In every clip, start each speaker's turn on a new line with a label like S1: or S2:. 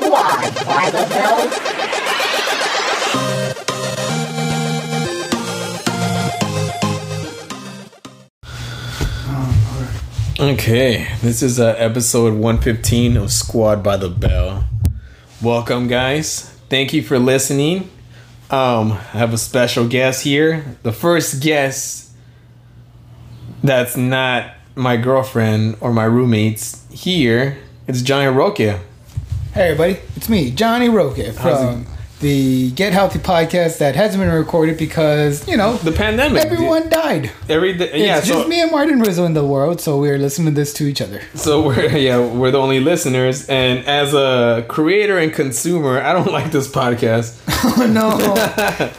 S1: God, why the hell?
S2: Okay, this is uh, episode 115 of Squad by the Bell. Welcome, guys. Thank you for listening. Um, I have a special guest here. The first guest that's not my girlfriend or my roommates here. It's Johnny Roque.
S3: Hey everybody, it's me, Johnny Roque from the Get Healthy podcast that hasn't been recorded because, you know,
S2: The pandemic.
S3: everyone died.
S2: Every yeah.
S3: it's
S2: so,
S3: just me and Martin Rizzo in the world, so we're listening to this to each other.
S2: So we're yeah we're the only listeners, and as a creator and consumer, I don't like this podcast.
S3: Oh no.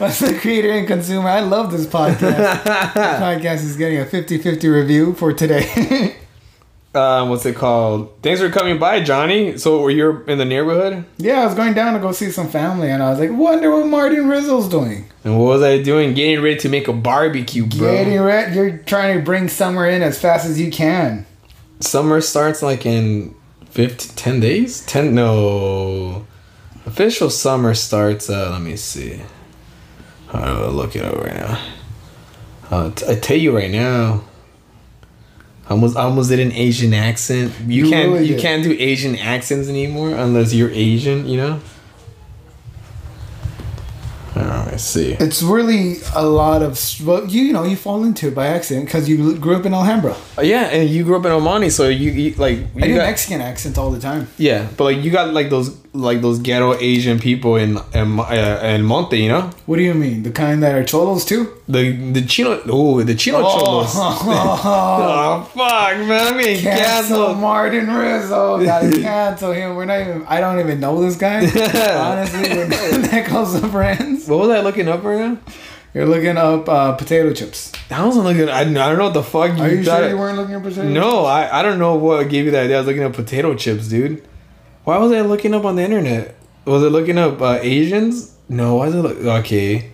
S3: As a creator and consumer, I love this podcast. this podcast is getting a 50-50 review for today.
S2: um, what's it called? Thanks for coming by, Johnny. So were you in the neighborhood?
S3: yeah, I was going down to go see some family and I was like, wonder what Martin Rizzo's doing.
S2: And what was I doing? Getting ready to make a barbecue, bro.
S3: Getting red, you're trying to bring summer in as fast as you can.
S2: Summer starts like in 15, 10 days? 10, no. Official summer starts, uh, let me see. I'll look it up right now. Uh, t- I tell you right now. I almost, I almost did an Asian accent. You,
S3: You
S2: can't,
S3: really
S2: you
S3: did.
S2: can't do Asian accents anymore unless you're Asian, you know. All right, let's see.
S3: It's really a lot of well, you know you fall into it by accident because you l- grew up in Alhambra.
S2: Uh, Yeah, and you grew up in Omani, so you, you like you
S3: I do
S2: got-
S3: Mexican accents all the time.
S2: yeah, but like you got like those like those ghetto Asian people in in, uh, in Monte, you know
S3: What do you mean? The kind that are cholos too?
S2: the the chino oh the chino cholos. Oh fuck, man, I'm getting
S3: cancel
S2: canceled.
S3: Martin Rizzo. Gotta cancel him. We're not even. I don't even know this guy. Honestly, we're not that close of friends.
S2: What was I looking up right now?
S3: You're looking up uh, potato chips.
S2: I wasn't looking. I, I don't know what the fuck you,
S3: Are you
S2: thought.
S3: sure you weren't looking at potato? chips?
S2: No, I I don't know what gave you that idea. I was looking up potato chips, dude. Why was I looking up on the internet? Was it looking up uh, Asians? No, why is it look- okay?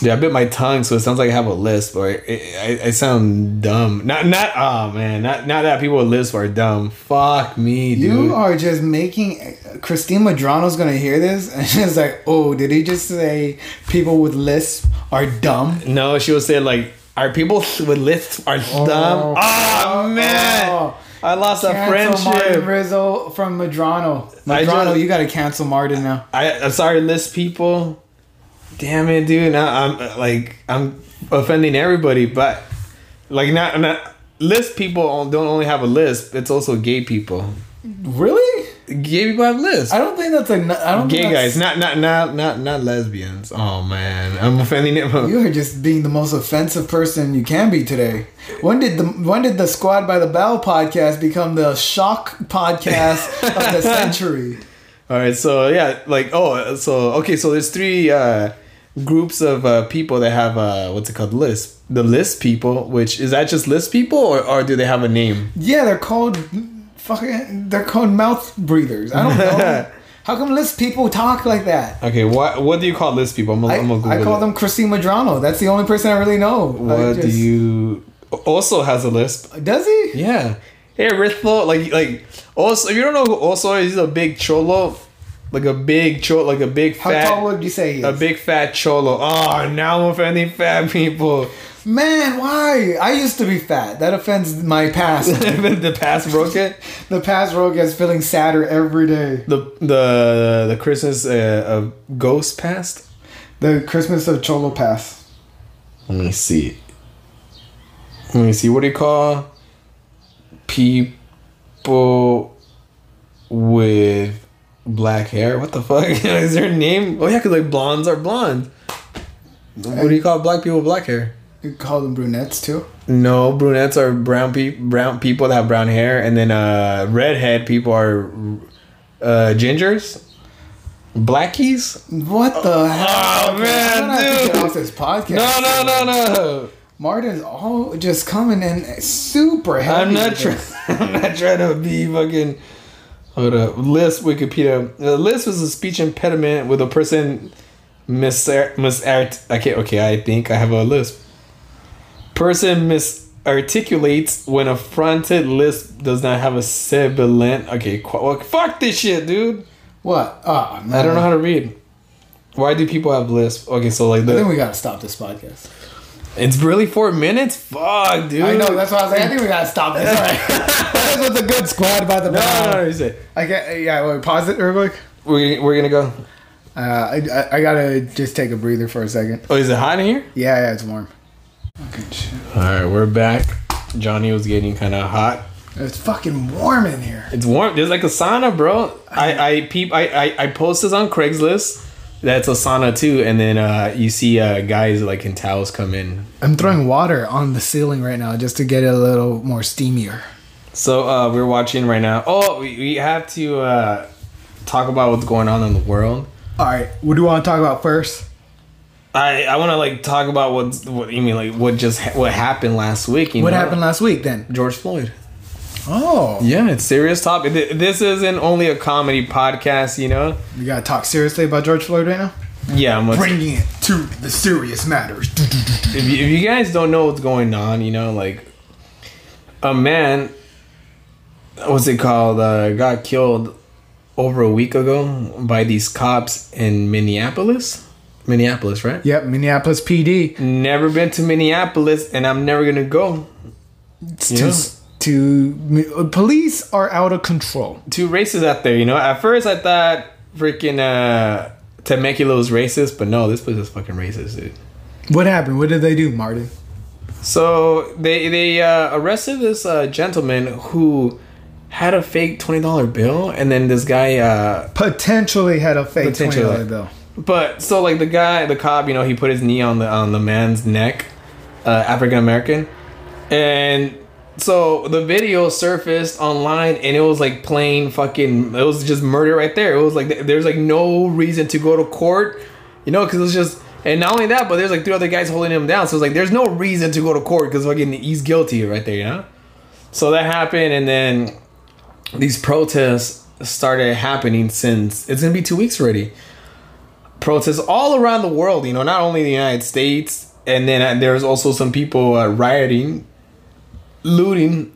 S2: Yeah, I bit my tongue, so it sounds like I have a lisp, or I, I, I sound dumb. Not not oh man, not not that people with lisp are dumb. Fuck me, dude.
S3: You are just making Christine Madrano's gonna hear this and she's like, "Oh, did he just say people with lisp are dumb?"
S2: no, she was saying like, are people with lisp are dumb? Oh man,
S3: Oh.
S2: I lost a
S3: Cancel Martin
S2: friendship.
S3: Rizzo from Madrano.
S2: I
S3: Madrano,
S2: just-
S3: you gotta cancel Martin now.
S2: I, I'm sorry, list people. Damn it, dude. Now I'm uh, like I'm offending everybody, but like not not list people on- don't only have a list. It's also gay people.
S3: Really?
S2: Gay people have lists.
S3: I don't think that's a. I don't.
S2: Gay
S3: think
S2: guys,
S3: that's-
S2: not not not not not lesbians. Oh man, I'm offending everyone.
S3: You are just being the most offensive person you can be today. When did the When did the Squad by the Bell podcast become the shock podcast of the century?
S2: All right, so yeah, like oh, so okay, so there's three uh, groups of uh, people that have uh, what's it called, list. The list people, which is that just list people, or, or do they have a name?
S3: Yeah, they're called fucking. They're called mouth breathers. I don't know. How come list people talk like that?
S2: Okay, what what do you call list people? I'm gonna,
S3: I,
S2: I, am gonna Google
S3: I call
S2: it.
S3: them Christine Madrano. That's the only person I really know.
S2: What
S3: I
S2: do
S3: just-
S2: you also has a lisp?
S3: Does he?
S2: Yeah. Hey, Ritho, like like also if you don't know who also is, he's a big cholo, like a big cholo, like a big
S3: How
S2: fat,
S3: tall would you say he
S2: a
S3: is?
S2: big fat cholo. Oh, now I'm offending fat people.
S3: Man, why? I used to be fat. That offends my past.
S2: the past broke it.
S3: the past rogue is feeling sadder every day.
S2: The the the Christmas uh, of ghost past.
S3: The Christmas of Cholo Pass.
S2: Let me see. Let me see. What do you call people with black hair? What the fuck is their name? Oh yeah, because like blondes are blonde. What do you call black people with black hair?
S3: You call them brunettes too.
S2: No, brunettes are brown people. Brown people that have brown hair, and then uh, redhead people are uh, gingers, blackies.
S3: What the hell?
S2: Oh, man,
S3: I'm gonna have to
S2: dude.
S3: get off this podcast.
S2: No, no, no, no.
S3: Martin's all just coming in super heavy.
S2: I'm not trying. I'm not trying to be fucking. Hold up. Lisp Wikipedia. Uh, lisp is a speech impediment with a person mis mis I can't. Okay, I think I have a lisp. Person mis articulates when a fronted lisp does not have a sibilant. Okay, qu- well, fuck this shit, dude.
S3: What? Ah, man.
S2: I don't know how to read. Why do people have lisp? Okay, so like
S3: I think
S2: the,
S3: we gotta stop this podcast.
S2: it's really four minutes. Fuck, dude.
S3: I know. That's why I was like, I think we gotta stop this. All right. that was a good squad by the
S2: No, no,
S3: bow.
S2: no. You say
S3: I get. Yeah. Wait. Pause it real quick.
S2: we're we're gonna go.
S3: Uh, I, I I gotta just take a breather for a second.
S2: Oh, is it hot in here?
S3: Yeah. Yeah. It's warm. Fucking shit.
S2: All right, we're back. Johnny was getting kind of hot.
S3: It's fucking warm in here.
S2: It's warm. There's like a sauna, bro. I I peep. I I, I post this on Craigslist. That's a sauna too. And then uh, you see uh, guys like in towels come in.
S3: I'm throwing water on the ceiling right now just to get it a little more steamier.
S2: So uh, we're watching right now. Oh, we, we have to uh, talk about what's going on in the world.
S3: All right. What do you want to talk about first?
S2: I I want to like talk about what's what you mean like what just ha- what happened last week. You
S3: What
S2: know?
S3: happened last week then?
S2: George Floyd.
S3: Oh.
S2: Yeah, it's serious topic. Th- This isn't only a comedy podcast, you know.
S3: You gotta talk seriously about George Floyd right now?
S2: Yeah, I'm a-
S3: Bringing it to the serious matters.
S2: if you, if you guys don't know what's going on, you know, like a man, what's it called, uh, got killed over a week ago by these cops in Minneapolis. Minneapolis, right?
S3: Yep, Minneapolis PD.
S2: Never been to Minneapolis, and I'm never gonna go.
S3: It's
S2: Yeah.
S3: too, too. uh, Police are out of control.
S2: Two races out there, you know. At first, I thought freaking uh, Temecula was racist, but no, this place is fucking racist, dude.
S3: What happened? What did they do, Marty?
S2: So they they uh, arrested this uh, gentleman who had a fake twenty dollar bill, and then this guy. Uh,
S3: Potentially had a fake
S2: Potentially.
S3: $20 bill.
S2: but so like the guy, the cop, you know, he put his knee on the on the man's neck, uh, African American, and so the video surfaced online, and it was like plain fucking. It was just murder right there. It was like th- there's like no reason to go to court, you know, because it was just. And not only that, but there's like three other guys holding him down. So it's like there's no reason to go to court because fucking he's guilty right there, you know. So that happened, and then these protests started happening since it's gonna be two weeks already. Protests all around the world, you know, not only the United States, and then uh, there's also some people uh, rioting, looting.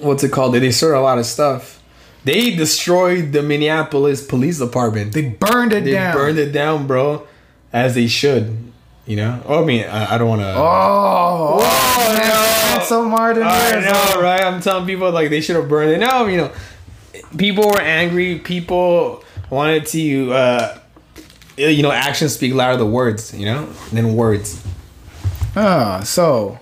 S2: What's it called? They destroyed a lot of stuff. They destroyed the Minneapolis police department. They,
S3: They burned it
S2: they
S3: down.
S2: burned it down, bro, as they should. You know, oh, I mean, I, I don't want to.
S3: Oh, oh man,
S2: no.
S3: Cancel Martin.
S2: I
S3: Lawrence.
S2: know, right? I'm telling people like they should have burned it. No, you know, people were angry. People wanted to, uh, you know, actions speak louder than words. You know, than words.
S3: Ah, so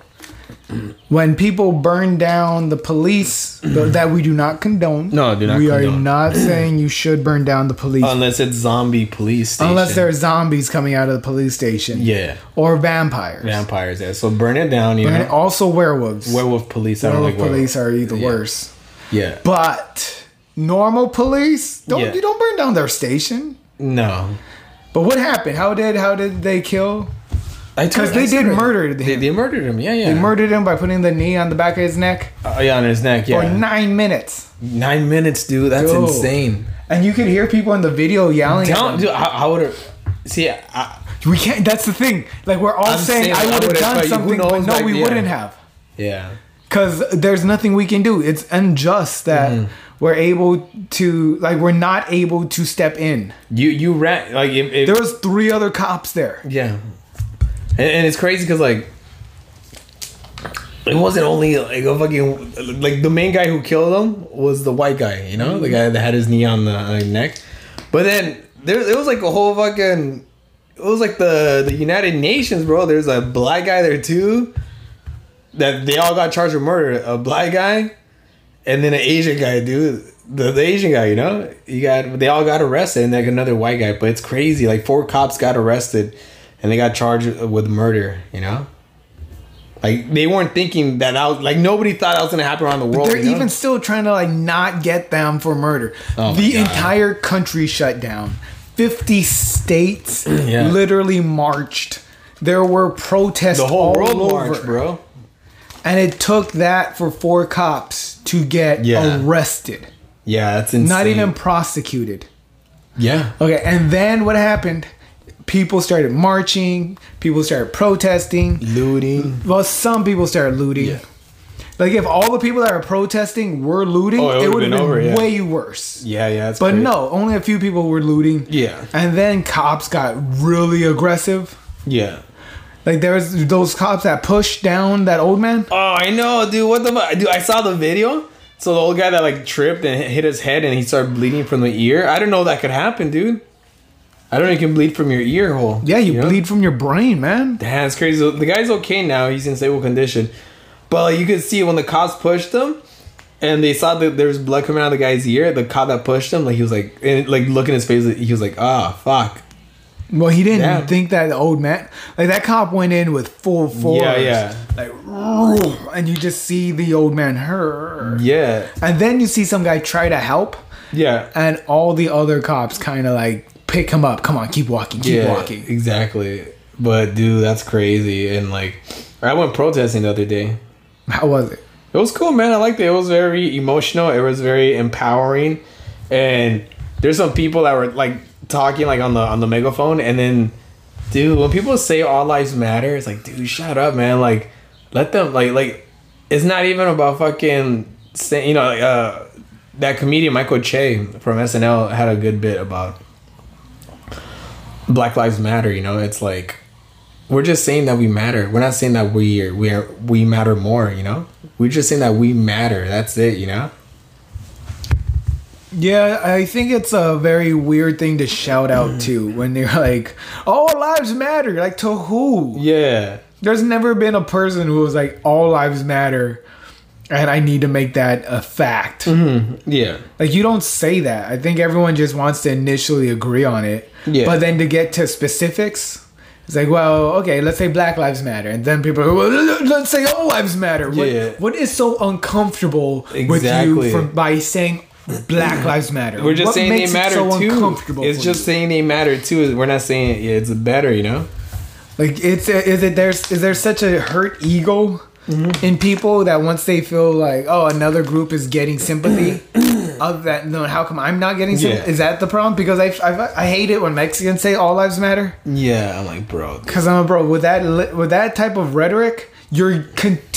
S3: when people burn down the police, th- that we do not condone.
S2: No, do not
S3: We are
S2: condone.
S3: not saying you should burn down the police
S2: Unless it's zombie police. Station.
S3: unless there are zombies coming out of the police station.
S2: yeah
S3: Or vampires.
S2: vampires. Yeah, so burn it down. You
S3: And
S2: know,
S3: also werewolves.
S2: werewolf police. I don't
S3: werewolf
S2: like
S3: police are either
S2: Yeah.
S3: worse.
S2: Yeah,
S3: But normal police don't
S2: Yeah.
S3: you don't burn down their station.
S2: no.
S3: But what happened? How did how did they kill?
S2: I told-
S3: Because they
S2: I
S3: did
S2: swear,
S3: murder
S2: They,
S3: him.
S2: they murdered him. Yeah, yeah.
S3: They murdered him by putting the knee on the back of his neck
S2: Uh, yeah, on his neck.
S3: for
S2: Yeah,
S3: nine minutes.
S2: nine minutes, dude. That's
S3: Yo.
S2: insane.
S3: And you could hear people in the video yelling. at
S2: Tell,
S3: them.
S2: dude, I, I would have. See, I,
S3: we can't. That's the thing. Like we're all
S2: I'm
S3: saying,
S2: saying
S3: I
S2: I
S3: would have
S2: would've
S3: done
S2: tried- who
S3: something, but
S2: knows
S3: no,
S2: back
S3: we
S2: then.
S3: wouldn't have.
S2: yeah.
S3: Because there's nothing we can do. It's unjust that
S2: Mm-hmm.
S3: we're able to, like, we're not able to step in.
S2: You you ran like if, if
S3: There was three other cops there.
S2: yeah, and, and it's crazy because like it wasn't only like a fucking like the main guy who killed him was the white guy, you know, the guy that had his knee on the uh, neck. But then there it was like a whole fucking it was like the the United Nations, bro. There's a black guy there too. That they all got charged with murder. A black guy, and then an Asian guy, dude. The, the Asian guy, you know, you got they all got arrested, and like another white guy. But it's crazy. Like four cops got arrested, and they got charged with murder. You know, like they weren't thinking that I was like nobody thought that was gonna happen around the world.
S3: They're
S2: you know?
S3: even still trying to, like, not get them for murder.
S2: Oh my
S3: the
S2: God.
S3: entire country shut down. 50 states
S2: Yeah.
S3: literally marched. There were protests.
S2: the whole
S3: all
S2: world
S3: over.
S2: march, bro.
S3: And it took that for four cops to get
S2: Yeah.
S3: arrested,
S2: Yeah, that's insane.
S3: not even prosecuted.
S2: yeah.
S3: Okay, and then what happened? people started marching, people started protesting.
S2: Looting.
S3: Well, some people started looting.
S2: Yeah.
S3: Like if all the people that are protesting were looting,
S2: Oh, it
S3: it
S2: would've
S3: would have
S2: been
S3: been,
S2: over, yeah.
S3: way worse.
S2: Yeah, yeah. It's
S3: But
S2: crazy.
S3: no, only a few people were looting.
S2: Yeah.
S3: And then cops got really aggressive.
S2: Yeah.
S3: Like there was those cops that pushed down that old man.
S2: Oh, I know, dude. What the fuck? Dude, I saw the video. So the old guy that like tripped and hit his head and he started bleeding from the ear. I didn't know that could happen, dude. I don't know you can bleed from your ear hole.
S3: Yeah, you
S2: know?
S3: bleed from your brain, man.
S2: Damn, it's crazy. The guy's okay now. He's in stable condition. But like, you could see when the cops pushed him and they saw that there was blood coming out of the guy's ear, the cop that pushed him, like he was like, and, like looking his face, he was like, ah, fuck.
S3: Well, he didn't
S2: Yeah.
S3: think that the old man. Like that cop went in with full force.
S2: Yeah, yeah.
S3: Like, "Roo," and you just see the old man her.
S2: Yeah.
S3: And then you see some guy try to help,
S2: Yeah.
S3: and all the other cops kind of like pick him up. Come on, keep walking, keep
S2: yeah,
S3: walking.
S2: Exactly. But dude, that's crazy. And like, I went protesting the other day.
S3: How was it?
S2: It was cool, man. I liked it. It was very emotional. It was very empowering. And there's some people that were like talking like on the on the megaphone, and then, dude, when people say all lives matter, it's like, dude, shut up, man. Like, let them like like. It's not even about fucking saying you know like, uh, that comedian Michael Che from SNL had a good bit about Black Lives Matter. You know, it's like we're just saying that we matter. We're not saying that we are we are we matter more. You know, we're just saying that we matter. That's it. You know.
S3: Yeah, I think it's a very weird thing to shout out to when they're like, "All lives matter." Like to who?
S2: Yeah.
S3: There's never been a person who was like, "All lives matter," and I need to make that a fact.
S2: Yeah.
S3: Like you don't say that. I think everyone just wants to initially agree on it.
S2: Yeah.
S3: But then to get to specifics, it's like, well, okay, let's say Black Lives Matter, and then people are, well, l- l- let's say All Lives Matter. What-
S2: Yeah.
S3: what is so uncomfortable with
S2: Exactly.
S3: you for, by saying Black Lives Matter?
S2: We're just
S3: What
S2: saying
S3: makes
S2: they
S3: it
S2: matter
S3: so
S2: too.
S3: uncomfortable
S2: It's
S3: for
S2: just saying they matter too. We're not saying yeah, it's better. You know.
S3: you? like it's is it there's is there such a hurt ego? In people that once they feel like oh another group is getting sympathy of that no how come I'm not getting sympathy
S2: Yeah.
S3: is that the problem because I, I, I hate it when Mexicans say all lives matter
S2: Yeah. I'm like, bro.
S3: Because I'm a bro with that li- with that type of rhetoric, you're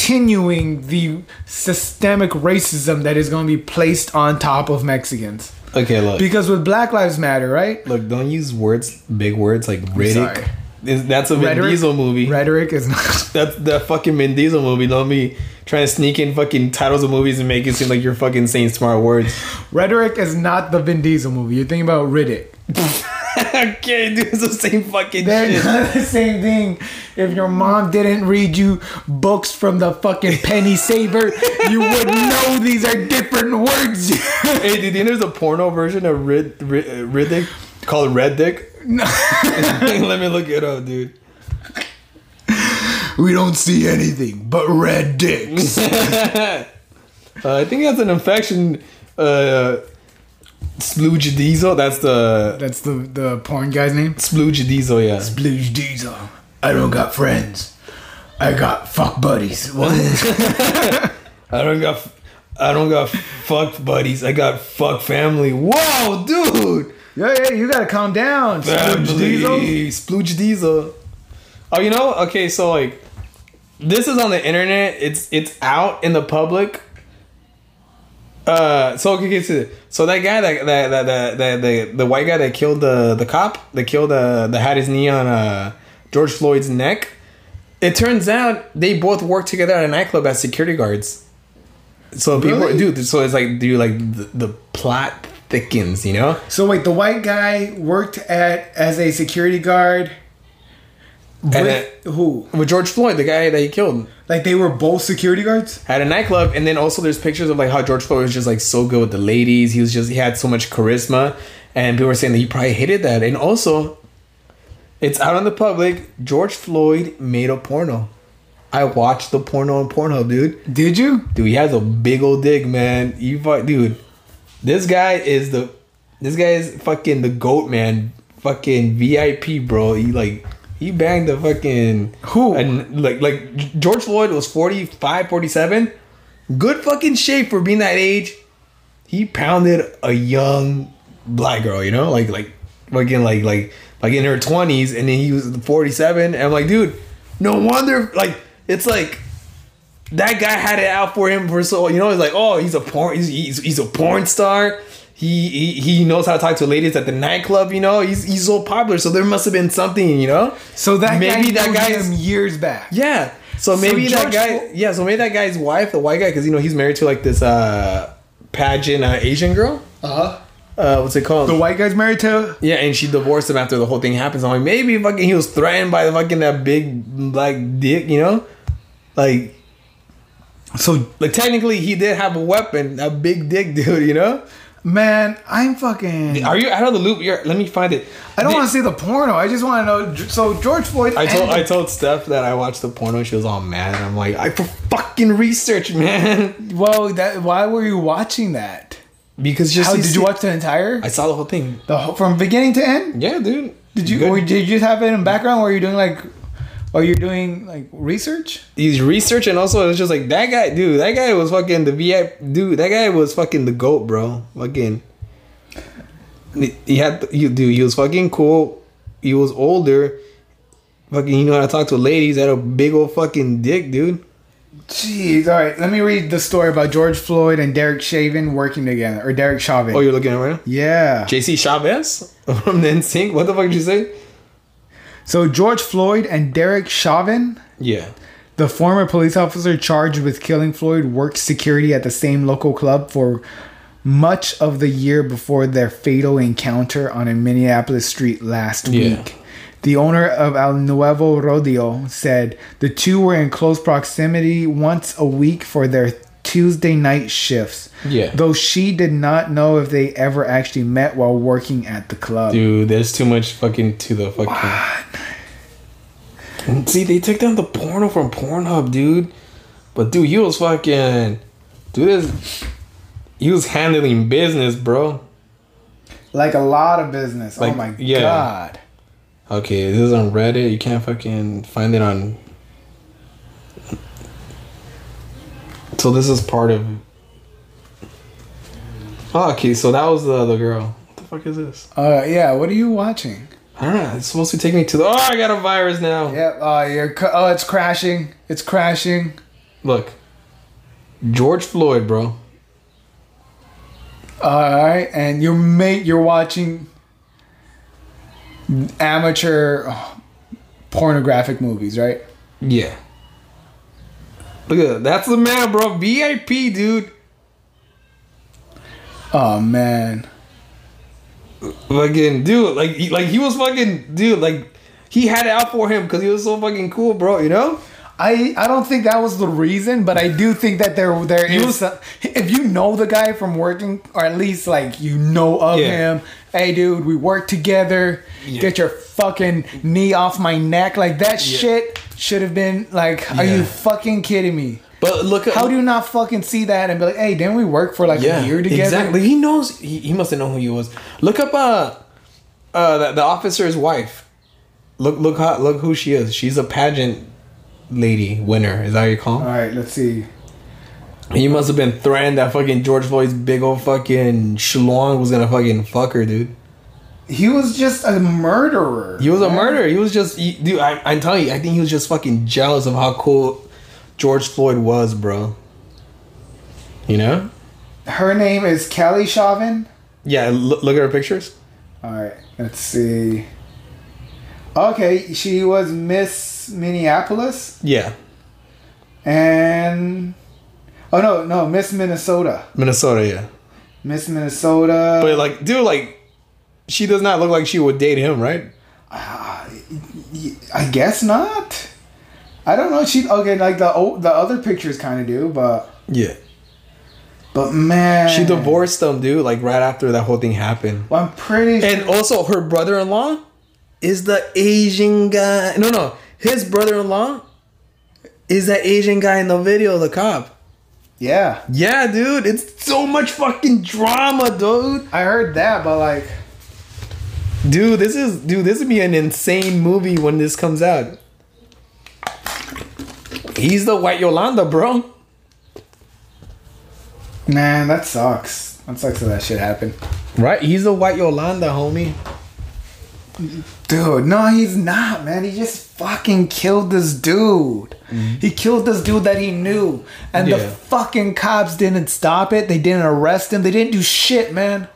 S3: continuing the systemic racism that is going to be placed on top of Mexicans.
S2: Okay. Look.
S3: Because with Black Lives Matter, right?
S2: look. Don't use words, big words like
S3: sorry.
S2: Riddick. Is- That's a Vin
S3: Rhetoric?
S2: Diesel movie.
S3: Rhetoric is not.
S2: That's the fucking Vin Diesel movie. Don't be trying to sneak in fucking titles of movies and make it seem like you're fucking saying smart words.
S3: rhetoric is not the Vin Diesel movie. You're thinking about Riddick.
S2: okay, dude, it's the same fucking
S3: They're
S2: shit.
S3: not the same thing. If your mom didn't read you books from the fucking penny saver, you would know these are different words.
S2: Hey, do you think there's a porno version of Rid, Rid, Riddick called Red Dick?
S3: No.
S2: Let me look it up, dude.
S3: we don't see anything but red dicks.
S2: Uh, I think that's an infection. Uh, Splooge Diesel. That's the
S3: That's the the porn guy's name.
S2: Splooge Diesel. Yeah.
S3: Blues Diesel. I don't got friends. I got fuck buddies. What?
S2: I don't got. f- I don't got fuck buddies. I got fuck family. Whoa, dude.
S3: yeah, yeah, you gotta calm down. Splooge Diesel.
S2: Family. Splooge Diesel. Oh, you know. Okay, so like, this is on the internet. It's it's out in the public. Uh, so okay, okay, so, so that guy that that that, that, that the, the white guy that killed the the cop that killed uh that had his knee on uh George Floyd's neck. It turns out they both worked together at a nightclub as security guards. So people,
S3: Really?
S2: dude. So it's like, dude, like the, the plot thickens, you know?
S3: So wait, the white guy worked at as a security guard with
S2: it-
S3: who?
S2: With George Floyd, the guy that he killed.
S3: Like they were both security guards?
S2: at a nightclub and then also there's pictures of like how george floyd was just like so good with the ladies he was just he had so much charisma and people were saying that he probably hated that and also it's out on the public george floyd made a porno i watched the porno on pornhub dude
S3: Did you?
S2: dude he has a big old dick man you fuck dude this guy is the this guy is fucking the goat man fucking vip bro he like he banged the fucking
S3: Who?
S2: and like like george floyd was 45 47 good fucking shape for being that age he pounded a young black girl you know like like fucking like like like in her twenties, and then he was forty seven. And I'm like, dude, no wonder. Like it's like that guy had it out for him for so you know. It's like, oh, he's a porn, he's he's, he's a porn star. He, he, he knows how to talk to ladies at the nightclub, you know. He's he's so popular, so there must have been something, you know.
S3: So that
S2: Maybe
S3: maybe
S2: that
S3: that guy
S2: guy's-
S3: him years back.
S2: Yeah. So maybe that
S3: George
S2: guy.
S3: Flo-
S2: yeah. So maybe that guy's wife, the white guy, because you know he's married to like this uh pageant uh, Asian girl.
S3: Uh huh.
S2: Uh, what's it called?
S3: The white guy's married to.
S2: yeah, and she divorced him after the whole thing happens. I'm like, maybe fucking he was threatened by the fucking that big black dick, you know, like
S3: So
S2: like technically he did have a weapon, a big dick dude, you know.
S3: man, I'm fucking.
S2: Are you out of the loop? You're, let me find it.
S3: I don't
S2: They-
S3: want to see the porno. I just want to know. So George Floyd.
S2: I told
S3: and-
S2: I told Steph that I watched the porno. She was all mad. I'm like, I for fucking research, man.
S3: well, that why were you watching that?
S2: Because just
S3: How did you watch the entire?
S2: I saw the whole thing.
S3: The whole, from beginning to end.
S2: Yeah, dude.
S3: Did you?
S2: Good.
S3: Or did you just have it in background where you're doing like, while you're doing like research?
S2: He's researching also. It's just like that guy, dude. That guy was fucking the VIP, dude. That guy was fucking the goat, bro. Fucking. He had, he, dude. He was fucking cool. He was older. Fucking, you know how to talk to ladies. Had a big old fucking dick, dude.
S3: Jeez. All right. Let me read the story about George Floyd and Derek Chauvin working together, or Derek Chauvin.
S2: Oh, you're looking at it right now.
S3: yeah.
S2: JC Chavez from NSYNC. What the fuck did you say?
S3: So George Floyd and Derek Chauvin,
S2: Yeah.
S3: the former police officer charged with killing Floyd, worked security at the same local club for much of the year before their fatal encounter on a Minneapolis street last
S2: Yeah.
S3: week. The owner of El Nuevo Rodeo said the two were in close proximity once a week for their Tuesday night shifts.
S2: Yeah.
S3: Though she did not know if they ever actually met while working at the club.
S2: Dude, there's too much fucking to the fucking. See, they took down the porno from Pornhub, dude. But dude, you was fucking, dude, this, you was handling business, bro.
S3: Like a lot of business.
S2: Like,
S3: oh my
S2: yeah.
S3: god.
S2: Okay, this is on Reddit. You can't fucking find it on. So this is part of. Oh, okay, so that was the the girl. What the fuck is this?
S3: Uh, yeah. What are you watching?
S2: I don't know. It's supposed to take me to the. Oh, I got a virus now.
S3: Yep. Uh, you're. Cu- oh, it's crashing. It's crashing.
S2: Look, George Floyd, bro.
S3: all right, and your mate, you're watching amateur oh, pornographic movies, right?
S2: Yeah. Look at that. That's the man, bro. VIP, dude.
S3: Oh man.
S2: Fucking dude, like he, like he was fucking dude, like he had it out for him because he was so fucking cool, bro. You know?
S3: I, I don't think that was the reason, but I do think that there there
S2: You-
S3: is some, if you know the guy from working or at least like you know of
S2: Yeah.
S3: him. Hey, dude, we work together. Get your fucking knee off my neck. Like that
S2: Yeah.
S3: shit should have been like, are
S2: Yeah.
S3: you fucking kidding me?
S2: But look, at-
S3: How do you not fucking see that and be like, hey, didn't we work for like
S2: yeah
S3: a year together?
S2: exactly? He knows. He, he must have known who he was. Look up uh uh the, the officer's wife. Look look how, look who she is. She's a pageant lady winner. Is that what you call?
S3: All right, let's see.
S2: He must have been threatened that fucking George Floyd's big old fucking schlong was gonna fucking fuck her, dude.
S3: He was just a murderer.
S2: He was a
S3: man.
S2: murderer. He was just, he, dude. I, I'm telling you, I think he was just fucking jealous of how cool George Floyd was, bro. You know?
S3: Her name is Kelly Chauvin.
S2: Yeah. Look, look at her pictures.
S3: All right, let's see. Okay, she was Miss Minneapolis
S2: Yeah,
S3: and oh no, no, Miss Minnesota,
S2: Minnesota. Yeah.
S3: Miss Minnesota.
S2: But like, dude, like, she does not look like she would date him, right?
S3: I guess not. I don't know. She okay? Like the o- the other pictures kind of do, but
S2: Yeah.
S3: but man,
S2: She divorced him, dude. Like right after that whole thing happened.
S3: Well, I'm pretty.
S2: And also, her brother-in-law is the Asian guy. No, no, his brother-in-law is that Asian guy in the video, the cop.
S3: yeah,
S2: Yeah, dude, it's so much fucking drama, dude.
S3: I heard that, but like,
S2: Dude, this is dude, this would be an insane movie when this comes out. He's the white Yolanda, bro.
S3: man, that sucks. That sucks that that shit happened.
S2: Right? He's the white Yolanda, homie.
S3: Dude, no, he's not, man. He just fucking killed this dude. He killed this dude that he knew. And the
S2: Mm-hmm. Yeah.
S3: fucking cops didn't stop it. They didn't arrest him. They didn't do shit, man.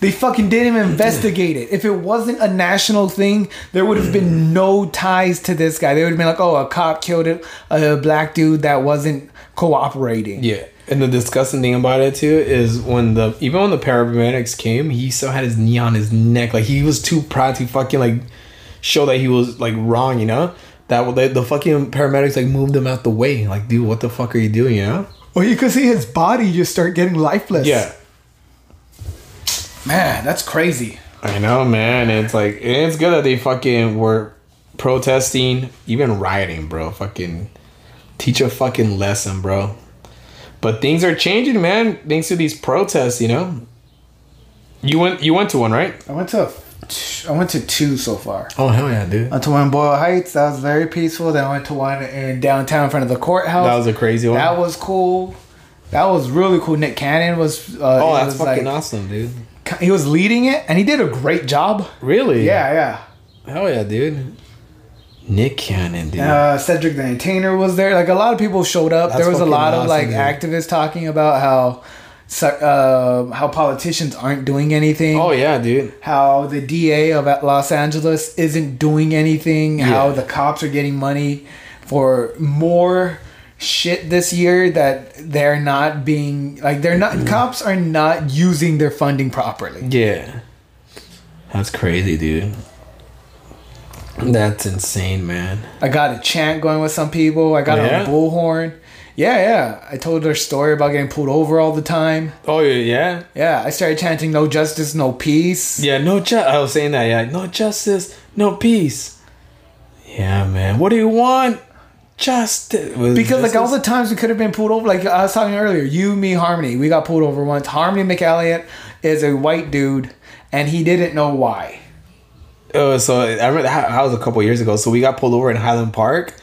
S3: They fucking didn't even investigate it. If it wasn't a national thing, there would have been no ties to this guy. They would have been like, oh, a cop killed a, a black dude that wasn't cooperating.
S2: Yeah. And the disgusting thing about it too is when the even when the paramedics came, he still had his knee on his neck. Like he was too proud to fucking like show that he was like wrong, you know? That the, the fucking paramedics like moved him out the way. Like, dude, what the fuck are you doing, you know?
S3: Well, you could see his body just start getting lifeless.
S2: Yeah.
S3: Man, that's crazy.
S2: I know, man. It's like it's good that they fucking were protesting, even rioting, bro. Fucking teach a fucking lesson, bro. But things are changing, man. Thanks to these protests, you know. You went, you went to one, right?
S3: I went to a, I went to two so far.
S2: Oh hell yeah, dude.
S3: I went to one in Boyle Heights. That was very peaceful. Then I went to one in downtown in front of the courthouse.
S2: That was a crazy one.
S3: That was cool. That was really cool. Nick Cannon was. Uh,
S2: oh,
S3: he
S2: that's
S3: was
S2: fucking
S3: like,
S2: awesome, dude.
S3: He was leading it, and he did a great job.
S2: Really?
S3: Yeah, yeah.
S2: Hell yeah, dude. Nick Cannon, dude.
S3: Uh, Cedric the Entertainer was there. Like a lot of people showed up.
S2: That's
S3: there was a
S2: fucking
S3: lot of
S2: awesome,
S3: like
S2: dude.
S3: activists talking about how, so- uh, how politicians aren't doing anything.
S2: oh yeah, dude.
S3: how the DA of Los Angeles isn't doing anything, how the cops are getting money for more shit this year that they're not being like they're not cops are not using their funding properly.
S2: Yeah. That's crazy, dude. That's insane, man.
S3: I got a chant going with some people. I got
S2: Yeah?
S3: a bullhorn. Yeah, yeah. I told their story about getting pulled over all the time.
S2: Oh yeah, yeah.
S3: Yeah, I started chanting no justice, no peace.
S2: Yeah, no ju- I was saying that. Yeah, no justice, no peace. Yeah, man. What do you want? Justice.
S3: Because like all the times we could have been pulled over, like I was talking earlier, you, me, Harmony, we got pulled over once. Harmony McElliott is a white dude, and he didn't know why.
S2: Oh, so I remember that that was a couple years ago. So we got pulled over in Highland Park,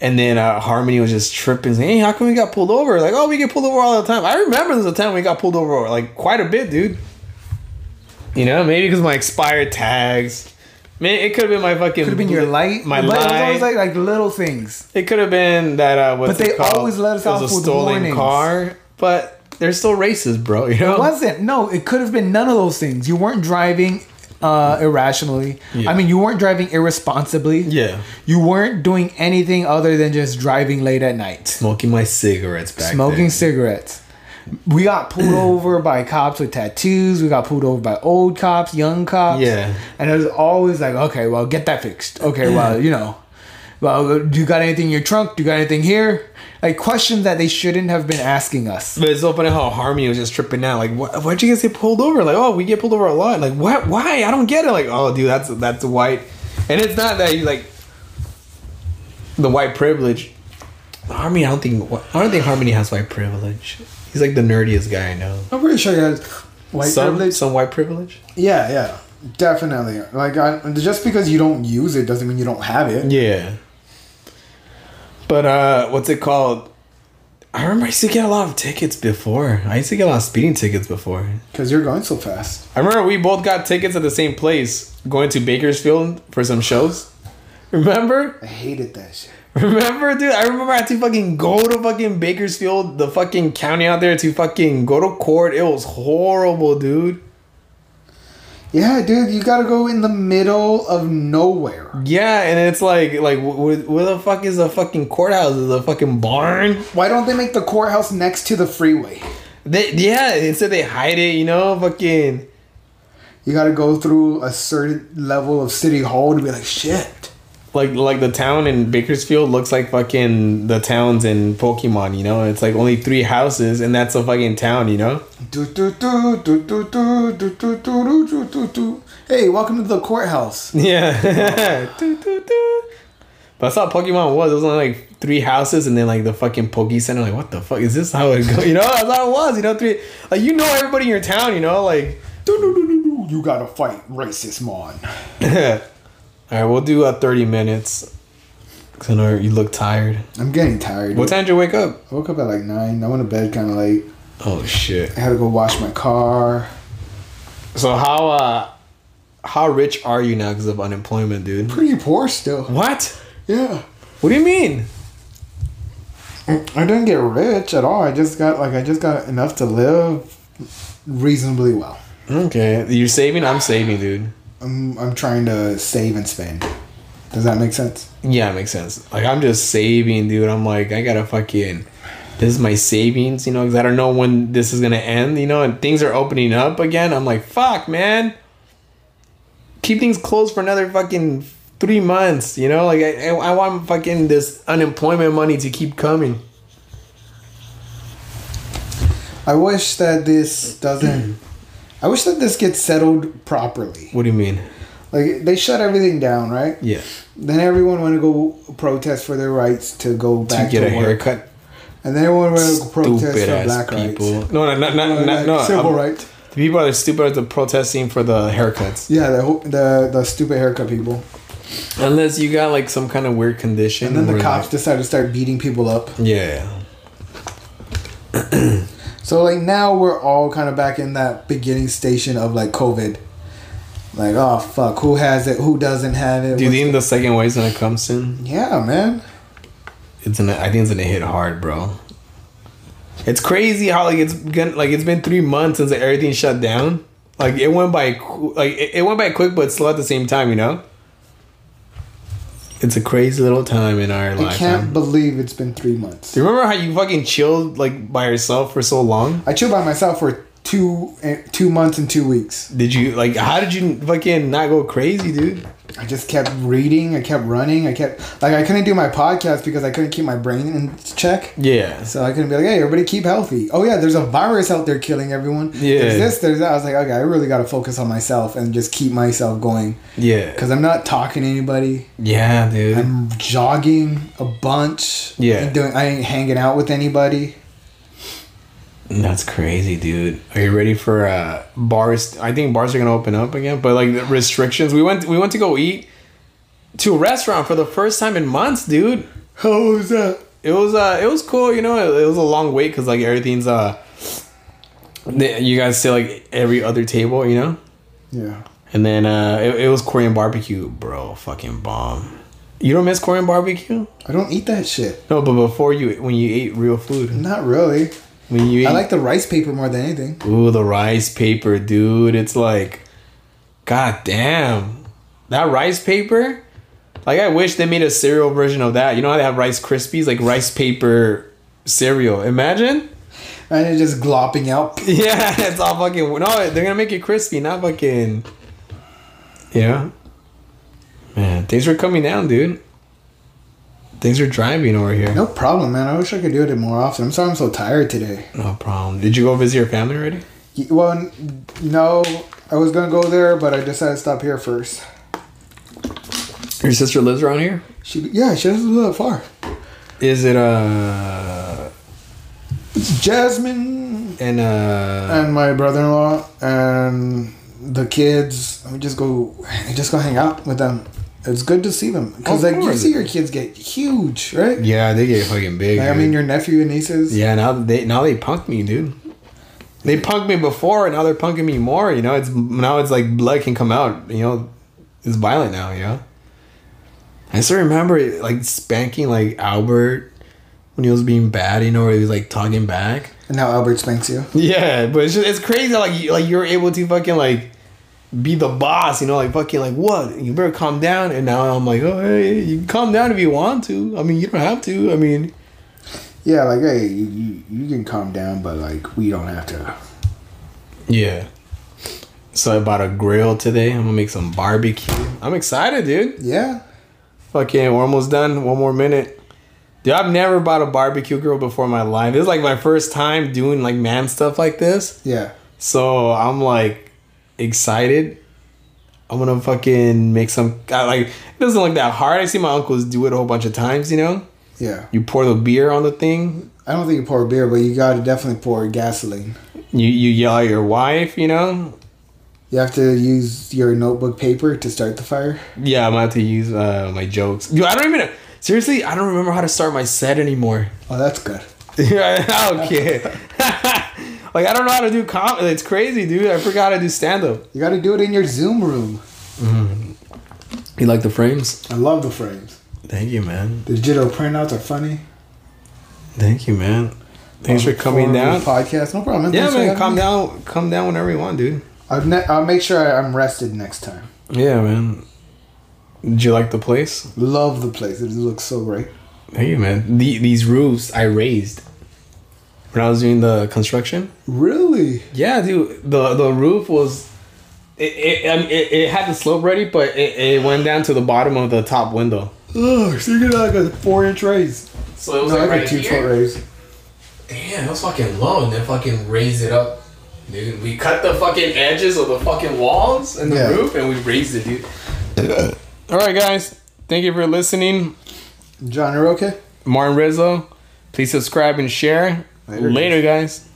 S2: and then uh, Harmony was just tripping, saying, "Hey, how come we got pulled over? Like, oh, we get pulled over all the time." I remember there's a time we got pulled over like quite a bit, dude. You know, maybe because my expired tags. Man, it could have been my fucking.
S3: Could have been your light,
S2: My
S3: but it was
S2: light.
S3: always like, like little things.
S2: It could have been that. Uh, what's
S3: But they
S2: it called?
S3: always let us
S2: It was
S3: off
S2: a
S3: with
S2: stolen
S3: warnings.
S2: car, but they're still racist, bro. You know.
S3: It wasn't. No, it could have been none of those things. You weren't driving uh, irrationally.
S2: Yeah.
S3: I mean, you weren't driving irresponsibly.
S2: Yeah.
S3: You weren't doing anything other than just driving late at night.
S2: Smoking my cigarettes back.
S3: smoking
S2: then.
S3: cigarettes. We got pulled over by cops with tattoos. We got pulled over by old cops, young cops.
S2: Yeah.
S3: And it was always like, okay, well, get that fixed. Okay, well, you know, well, do you got anything in your trunk? Do you got anything here? Like questions that they shouldn't have been asking us.
S2: But it's open how Harmony was just tripping out. Like, wh- why'd you guys get pulled over? Like, oh, we get pulled over a lot. Like, what? Why? I don't get it. Like, oh, dude, that's that's white. And it's not that you like the white privilege. Harmony, I don't think I don't think Harmony has white privilege. He's like the nerdiest guy I know.
S4: I'm pretty sure you had white
S2: some
S4: privilege.
S2: some white privilege.
S4: Yeah, yeah, definitely. Like, I, just because you don't use it doesn't mean you don't have it.
S2: Yeah. But uh what's it called? I remember I used to get a lot of tickets before. I used to get a lot of speeding tickets before.
S4: Because you're going so fast.
S2: I remember we both got tickets at the same place going to Bakersfield for some shows. Remember?
S4: I hated that shit.
S2: Remember, dude? I remember I had to fucking go to fucking Bakersfield, the fucking county out there to fucking go to court. It was horrible, dude.
S4: Yeah, dude, you gotta go in the middle of nowhere.
S2: Yeah, and it's like, like, wh- wh- where the fuck is the fucking courthouse? Is it a fucking barn?
S4: Why don't they make the courthouse next to the freeway?
S2: They, yeah, instead they hide it, you know, fucking.
S4: You gotta go through a certain level of city hall to be like, shit.
S2: Like, like the town in Bakersfield looks like fucking the towns in Pokemon, you know? It's like only three houses, and that's a fucking town, you know?
S4: Do, do, do, do, do, do, do, do, do, do, do, do. Hey, welcome to the courthouse.
S2: Yeah. Doo, doo, doo. That's how Pokemon was. It was only like three houses, and then like the fucking Poke Center. Like, what the fuck is this? How it go? You know, that's how it was. You know, three. Like, you know everybody in your town. You know, like.
S4: Do, do, do, do, do. You gotta fight racist mon.
S2: All right, we'll do uh, thirty minutes. Cause I know you look tired.
S4: I'm getting tired.
S2: What time did you wake up?
S4: I woke up at like 9. I went to bed kind of late.
S2: Oh shit.
S4: I had to go wash my car.
S2: So how uh how rich are you now because of unemployment, dude?
S3: Pretty poor still.
S2: What?
S3: Yeah.
S2: What do you mean?
S3: I didn't get rich at all. I just got like I just got enough to live reasonably well.
S2: Okay, you're saving. I'm saving, dude.
S3: I'm I'm trying to save and spend. Does that make sense?
S2: Yeah, it makes sense. Like I'm just saving, dude. I'm like I gotta fucking. This is my savings, you know, because I don't know when this is gonna end, you know, and things are opening up again. I'm like, fuck, man. Keep things closed for another fucking three months, you know. Like I, I I want fucking this unemployment money to keep coming.
S3: I wish that this doesn't. I wish that this gets settled properly.
S2: What do you mean?
S3: Like they shut everything down, right?
S2: Yeah,
S3: Then everyone want to go protest for their rights to go
S2: to
S3: back to,
S2: get a
S3: work,
S2: haircut.
S3: and then everyone want to protest
S2: Stupid
S3: for
S2: ass
S3: black
S2: people.
S3: rights,
S2: No, no, no, no,
S3: Or,
S2: no.
S3: like,
S2: no.
S3: civil
S2: I'm-
S3: rights.
S2: The people that are stupid at the protesting for the haircuts.
S3: Yeah, the, whole- the the stupid haircut people,
S2: Unless you got like some kind of weird condition.
S3: and then the
S2: where,
S3: cops decide to start beating people up.
S2: like- yeah.
S3: So like now we're all kind of back in that beginning station of like COVID. Like oh fuck, who has it? Who doesn't have it?
S2: Do you
S3: What's-
S2: think the second wave's gonna come soon?
S3: yeah, man.
S2: It's gonna. I think it's gonna hit hard, bro. It's crazy how like it's gonna, like it's been three months since everything shut down. Like it went by qu- like it, it went by quick, but slow at the same time. You know. It's a crazy little time in our
S3: I can't
S2: lifetime.
S3: believe it's been three months.
S2: Do you remember how you fucking chilled like by yourself for so long?
S3: I chilled by myself for two eh, two months and two weeks.
S2: Did you like? How did you fucking not go crazy, dude?
S3: I just kept reading. I kept running. I kept like I couldn't do my podcast because I couldn't keep my brain in check.
S2: Yeah.
S3: So I couldn't be like, hey, everybody, keep healthy. Oh yeah, there's a virus out there killing everyone.
S2: Yeah.
S3: There's this. There's that. I was like, okay, I really got to focus on myself and just keep myself going
S2: Yeah.
S3: because I'm not talking to anybody.
S2: Yeah, dude.
S3: I'm jogging a bunch.
S2: Yeah.
S3: Ain't doing. I ain't hanging out with anybody.
S2: That's crazy, dude. Are you ready for uh bars? I think bars are gonna open up again, but like the restrictions. We went. We went to go eat to a restaurant for the first time in months, dude.
S3: How was that?
S2: It was uh, it was cool. You know, it, it was a long wait because like everything's uh, th- you guys sit like every other table, you know.
S3: Yeah.
S2: And then uh, it, it was Korean barbecue, bro. Fucking bomb. You don't miss Korean barbecue?
S3: I don't eat that shit.
S2: No, but before you, when you ate real food,
S3: Not really.
S2: when you ate,
S3: I like the rice paper more than anything.
S2: ooh, the rice paper, dude. It's like, god damn, that rice paper. Like I wish they made a cereal version of that. You know how they have Rice Krispies, like rice paper cereal. Imagine.
S3: And it's just glopping out.
S2: Yeah, it's all fucking. No, they're gonna make it crispy, not fucking. Yeah. Man, things are coming down, dude. Things are driving over here.
S3: No problem, man. I wish I could do it more often. I'm sorry I'm so tired today.
S2: No problem. Did you go visit your family already?
S3: Y- Well, n- no, I was gonna go there, but I decided to stop here first.
S2: Your sister lives around here.
S3: She, yeah, she doesn't live that far.
S2: Is it uh
S3: It's Jasmine
S2: and uh
S3: and my brother-in-law and the kids. I just go, I just go hang out with them. It's good to see them because
S2: Of
S3: like you
S2: course.
S3: see your kids get huge, right?
S2: yeah, they get fucking big.
S3: Like, I
S2: dude.
S3: mean, your nephew and nieces.
S2: yeah, now they now they punk me, dude. They punked me before, and now they're punking me more. You know, it's now it's like blood can come out. You know, it's violent now. You know, I still remember like spanking like Albert when he was being bad. You know, where he was like talking back.
S3: And now Albert spanks you.
S2: Yeah, but it's just, it's crazy. Like you, like you're able to fucking like be the boss, you know, like fucking like what? You better calm down. And now I'm like, oh, hey, you can calm down if you want to. I mean, you don't have to. I mean,
S3: Yeah, like hey, you, you, you can calm down, but like we don't have to.
S2: yeah. So I bought a grill today. I'm gonna make some barbecue. I'm excited, dude.
S3: Yeah.
S2: Fucking, we're almost done. One more minute. Dude, I've never bought a barbecue grill before in my life. This is like my first time doing like man stuff like this.
S3: Yeah.
S2: So I'm like excited. I'm gonna fucking make some. I, like it doesn't look that hard. I see my uncles do it a whole bunch of times. You know,
S3: Yeah.
S2: you pour the beer on the thing.
S3: I don't think you pour beer, but you gotta definitely pour gasoline.
S2: You you yell at your wife. You know.
S3: You have to use your notebook paper to start the fire.
S2: Yeah, I'm about to use uh, my jokes. Dude, I don't even seriously. I don't remember how to start my set anymore.
S3: Oh, that's good.
S2: Yeah, I don't care. like I don't know how to do comedy. It's crazy, dude. I forgot how to do stand up.
S3: You gotta do it in your Zoom room.
S2: You like the frames?
S3: I love the frames.
S2: Thank you, man.
S3: The digital printouts are funny.
S2: Thank you, man. Thanks for coming
S3: Form of
S2: down.
S3: the Podcast, no problem. man.
S2: Yeah,
S3: Thanks for
S2: man.
S3: having
S2: Come
S3: me.
S2: down. Come down whenever you want, dude.
S3: I've ne- I'll make sure I- I'm rested next time.
S2: Yeah, man. Did you like the place?
S3: Love the place. It looks so great.
S2: Thank you, man. The, these roofs I raised when I was doing the construction.
S3: Really?
S2: Yeah, dude. The the roof was it it, I mean, it, it had the slope ready, but it, it went down to the bottom of the top window.
S3: Ugh, so you got like a four inch raise.
S2: So it
S3: No, like a two foot raise.
S2: Damn, that was fucking low, and then fucking raised it up. Dude, we cut the fucking edges of the fucking walls and the
S3: Yeah.
S2: roof, and we raised it, dude. All right, guys. Thank you for listening.
S3: John, you okay?
S2: Martin Rizzo, please subscribe and share.
S3: Later,
S2: Later guys.